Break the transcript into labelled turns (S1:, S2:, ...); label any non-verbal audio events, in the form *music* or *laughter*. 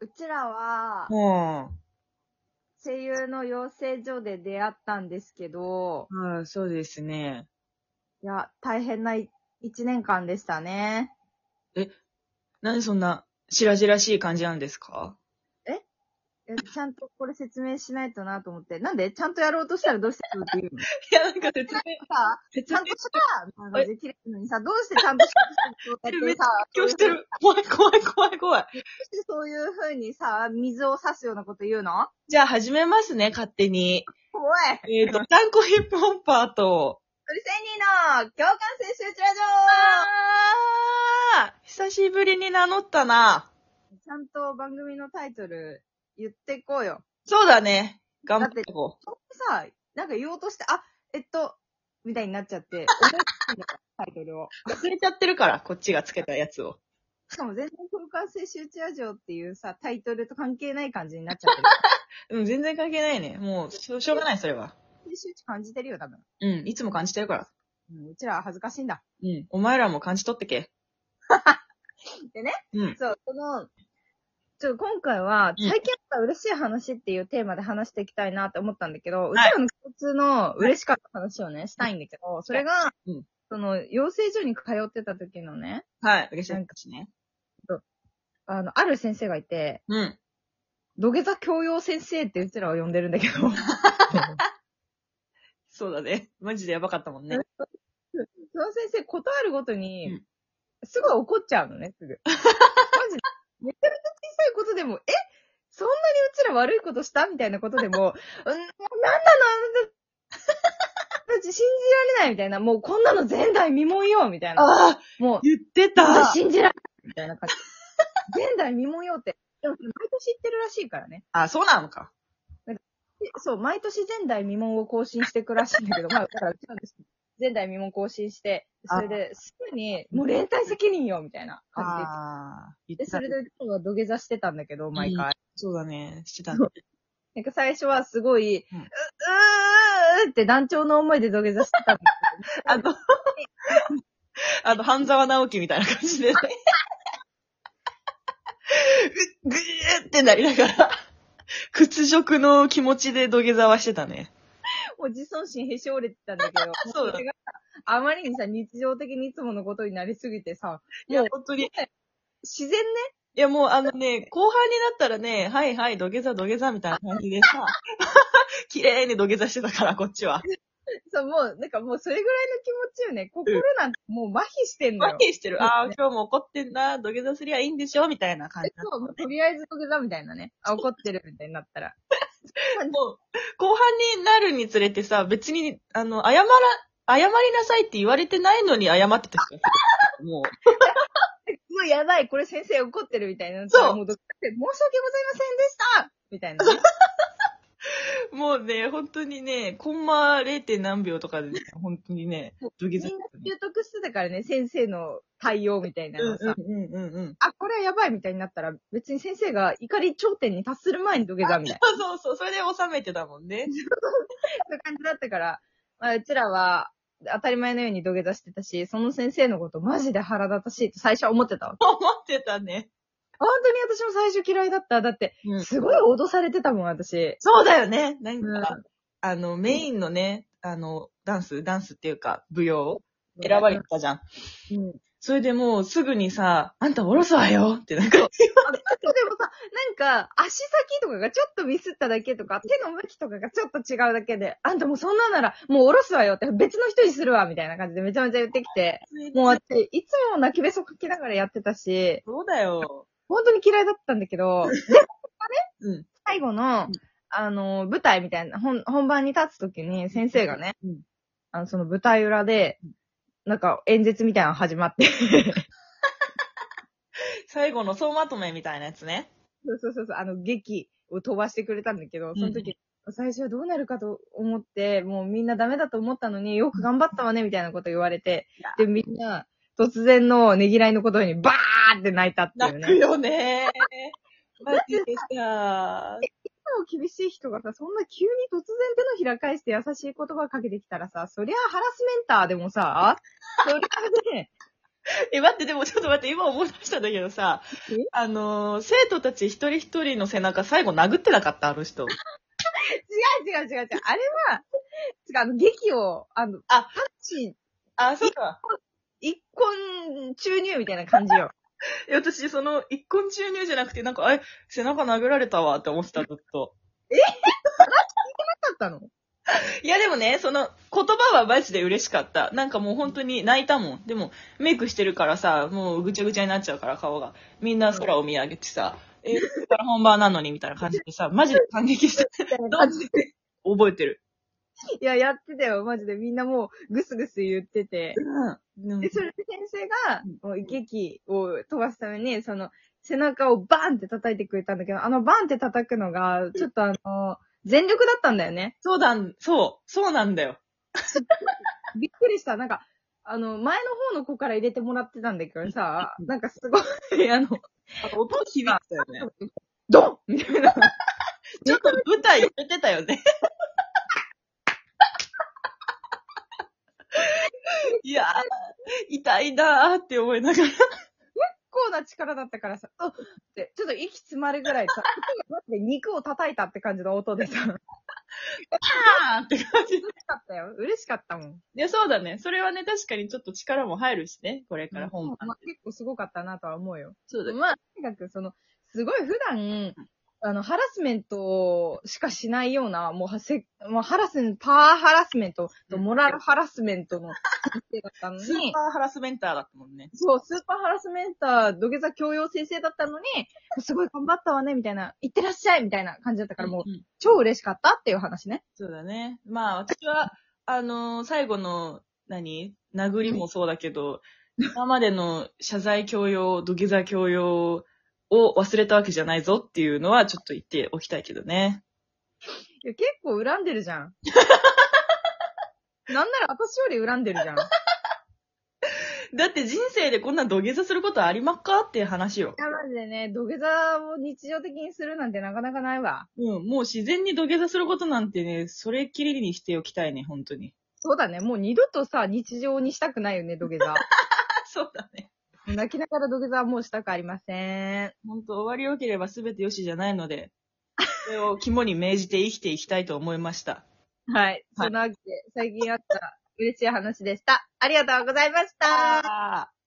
S1: うちらは、
S2: も
S1: 声優の養成所で出会ったんですけど、
S2: う、はい、そうですね。
S1: いや、大変ない一年間でしたね。
S2: なんでそんな、白々しい感じなんですか
S1: えちゃんとこれ説明しないとなと思って。なんでちゃんとやろうとしたらどうしてって言うの
S2: *laughs* *laughs* いや、なんか説明、
S1: さ、ち
S2: 説
S1: ゃんとしたら、まあ、できるのにさ、どうしてちゃんとした状態でさ、
S2: 強してる。 *laughs* 怖い、怖い、怖い、怖い。
S1: そういう風にさ、水を差すようなこと言うの
S2: じゃあ始めますね、勝手に。
S1: 怖い。
S2: えっ、 *laughs* と、タンコヒップホンパーと、
S1: トリセンニーの共感性集中ラジ
S2: あー久しぶりに名乗ったな。
S1: オちゃんと番組のタイトル言ってこうよ。
S2: そうだね。頑張っていこう。
S1: そんなさ、なんか言おうとして、あ、えっと、みたいになっちゃ
S2: *laughs*
S1: って、覚えてないタイトルを。
S2: 忘れちゃってるから、こっちがつけたやつを。
S1: しかも全然共感性集中ラジオっていうさ、タイトルと関係ない感じになっちゃ
S2: *laughs*
S1: ってる。
S2: うん、全然関係ないね。もう、しょしょうがない、それは。
S1: 集中感じてるよ、多分。
S2: うん、いつも感じてるから。
S1: うん、うちらは恥ずかしいんだ。
S2: うん、お前らも感じ取ってけ。
S1: でね、
S2: うん。
S1: そう、この、ちょっと今回は、最近あった嬉しい話っていうテーマで話していきたいなって思ったんだけど、うちらの共通の嬉しかった話をね、したいんだけど、それが、
S2: うん
S1: その、養成所に通ってた時のね、
S2: はい、嬉しいですね。
S1: あの、ある先生がいて、
S2: うん。
S1: 土下座教養先生ってうちらは呼んでるんだけ
S2: *laughs*
S1: ど。
S2: そうだね。マジでやばかったもんね。
S1: その先生、断るごとに、
S2: うん
S1: すごい怒っちゃうのね、
S2: *laughs*
S1: すぐ。マジで。めちゃめちゃ小さいことでも、えそんなにうちら悪いことしたみたいなことで
S2: *laughs*
S1: も、うん、なんなのあんたたち信じられないみたいな、もうこんなの前代未聞よみたいな。
S2: ああ
S1: もう、
S2: 言って
S1: あ
S2: た
S1: 信じられ *laughs* ないみたいな感じ。前代未聞よって。でも、毎年言ってるらしいからね。
S2: あ、そうなのか。
S1: でそう、毎年前代未聞を更新してくらしいん
S2: *laughs*
S1: だけど、まあ、だからうちなんです。前代未聞更新して、それですぐに、もう連帯責任よみたいな感じで言って
S2: ああ。言っ
S1: で、
S2: て
S1: そ
S2: た
S1: れ。で今日は土下座してたんだけど、毎回。
S2: そうだね。してたね
S1: そ。なんか最初はすごい、
S2: う
S1: うんうーうーって団長の思いで土下座して
S2: *laughs*
S1: たんだ
S2: あの、あの、半沢直樹みたいな感じでね。ぐぐーってなりながら、屈辱の気持ちで土下座はしてたね。、
S1: けど、もう自尊心へし折れてたんだけど
S2: そうだ
S1: れがあまりにさ、日常的にいつものことになりすぎてさ、
S2: いや
S1: もう、
S2: 本当に。い
S1: 自然ね、
S2: や、もうあのね、後半になったらね、はいはい、土下座土下座みたいな感じでさ、 *laughs* 綺麗に土下座してたから、こっちは。
S1: そう、もう、なんかもうそれぐらいの気持ちよね、心なんてもう麻痺してんのよ
S2: 何。してるああ、今日も怒ってんな、土下座すりゃいいんでしょみたいな感じだった
S1: そう、もうとりあえず土下座みたいなね。あ、怒ってるみたいになった *laughs* ら。
S2: もう、後半になるにつれてさ、別に、あの、謝ら、謝りなさいって言われてないのに謝ってた人がいるもう、
S1: すごいやばい、これ先生怒ってるみたいな。
S2: そう
S1: もうどっかで申し訳ございませんでしたみたいなね、
S2: もうね、本当にね、コンマ 0. 何秒とかで、ね、本当にね、土
S1: み
S2: 下
S1: んな
S2: 座
S1: 習。得してたからね、先生の対応みたいなのさ。
S2: うんうんうんうん。
S1: あ、これはやばいみたいになったら、別に先生が怒り頂点に達する前に土下座 *laughs* みたい
S2: そうそうそう、それで収めてたもんね。
S1: な感じだったから、まあ、うちらは、当たり前のように土下座してたし、その先生のことマジで腹立たしいと最初は思ってた *laughs* わけ。
S2: 思ってたね。
S1: 本当に私も最初嫌いだった。だって、
S2: うん
S1: すごい脅されてたもん、私。
S2: そうだよね。なんか、
S1: うん
S2: あの、メインのね、あの、ダンス、ダンスっていうか、舞踊選ばれてたじゃん。
S1: うん。
S2: それでもうすぐにさ、あんたおろすわよってなんか
S1: そう *laughs* でもさ、なんか、足先とかがちょっとミスっただけとか、手の向きとかがちょっと違うだけで、あんたもうそんななら、もう下ろすわよって、別の人にするわ、みたいな感じでめちゃめちゃ言ってきて、もう私、いつも泣きべそかきながらやってたし、
S2: そうだよ。
S1: 本当に嫌いだったんだけど、
S2: うん。
S1: 最後の、あの、舞台みたいな、本、本番に立つ時に先生がね、
S2: うん
S1: あの、その舞台裏で、なんか演説みたいなの始まって、
S2: 最後の総まとめみたいなやつね。
S1: そうそうそうそう、あの、劇を飛ばしてくれたんだけど、
S2: ん
S1: その時、最初はどうなるかと思って、もうみんなダメだと思ったのによく頑張ったわね、みたいなこと言われて、で、みんな、突然のねぎらいのことにバーって泣いたっていう
S2: 泣
S1: ね。
S2: く
S1: で
S2: よね。 *laughs* マジでさ。
S1: も厳しい人がさ、そんな急に突然手のひら返して優
S2: *laughs*
S1: しい言葉かけてきたらさ、そりゃハラスメンターでもさ、それはね、
S2: え、待って、でもちょっと待って、今思い出したんだけどさ
S1: え、
S2: あのー、生徒たち一人一人の背中最後殴ってなかった、あの人。
S1: 違う違う違う違う。あれは、違う、あの、劇を、あの、パ
S2: あ
S1: ンチ、
S2: あ、そうか。
S1: 一本注入みたいな感じよ。
S2: え私、その、一根注入じゃなくて、なんか、え、背中殴られたわって思ってた、ずっと。
S1: だったの
S2: いや、でもね、その、言葉はマジで嬉しかった。なんかもう本当に泣いたもん。でも、メイクしてるからさ、もうぐちゃぐちゃになっちゃうから、顔が。みんな空を見上げてさ、え、これから本番なのに、みたいな感じでさ、マジで感激した。
S1: マジで。
S2: 覚えてる。
S1: いや、やってたよ、マジで。みんなもう、ぐすぐす言ってて。
S2: うん。
S1: で、それで先生が、もう劇を飛ばすために、その、背中をバーンって叩いてくれたんだけど、あのバーンって叩くのが、ちょっとあの、全力だったんだよね。
S2: そうだん、そう、そうなんだよ。
S1: びっくりした。なんか、あの、前の方の子から入れてもらってたんだけどさ、なんかすごい、 *laughs* あの、
S2: 音響いたよね。
S1: ドンみたいな。
S2: ちょっと舞台揺れてたよね。いやー、痛いなーって思いながら。
S1: 結構な力だったからさ、うっって、ちょっと息詰まるぐらいさ、 *laughs* マジで肉を叩いたって感じの音でさ、嬉し
S2: *laughs* あーって感じ。い
S1: かったよ。嬉しかったもん。
S2: や、そうだね。それはね、確かにちょっと力も入るしね。これから本番。
S1: まあ、結構すごかったなとは思うよ。
S2: そうだね。
S1: まあ、とにかくその、すごい普段、あの、ハラスメントしかしないような、もうはせ、もうハラスメント、パワーハラスメントとモラルハラスメントの先生だった
S2: *laughs*
S1: の
S2: スー
S1: に、
S2: パーハラスメンターだったもんね。
S1: そう、スーパーハラスメンター、土下座教養先生だったのに、すごい頑張ったわね、みたいな、いってらっしゃいみたいな感じだったから、もう、
S2: んん
S1: 超嬉しかったっていう話ね。
S2: そうだね。まあ、私は、あのー最後の、何殴りもそうだけど、今までの謝罪強要、土下座強要を忘れたわけじゃないぞっていうのはちょっと言っておきたいけどね。
S1: いや、結構恨んでるじゃ
S2: *laughs*
S1: ん。なんなら私より恨んでるじゃん。い
S2: だって人生でこんな土下座することありまっかっていう話よ。
S1: や、マジでね、土下座を日常的にするなんてなかなかないわ。
S2: うん、もう自然に土下座することなんてね、それっきりにしておきたいね、本当に。
S1: そうだね、もう二度とさ、日常にしたくないよね、土下 *laughs* 座。
S2: あ、 *laughs* そうだね。
S1: 泣きながら土下座はもうしたくありません。
S2: 本当終わり良ければ全て良しじゃないので、それを肝に銘じて生きていきたいと思いました。
S1: はい。そんなわけで、最近あった嬉しい話でした。ありがとうございました。
S2: あー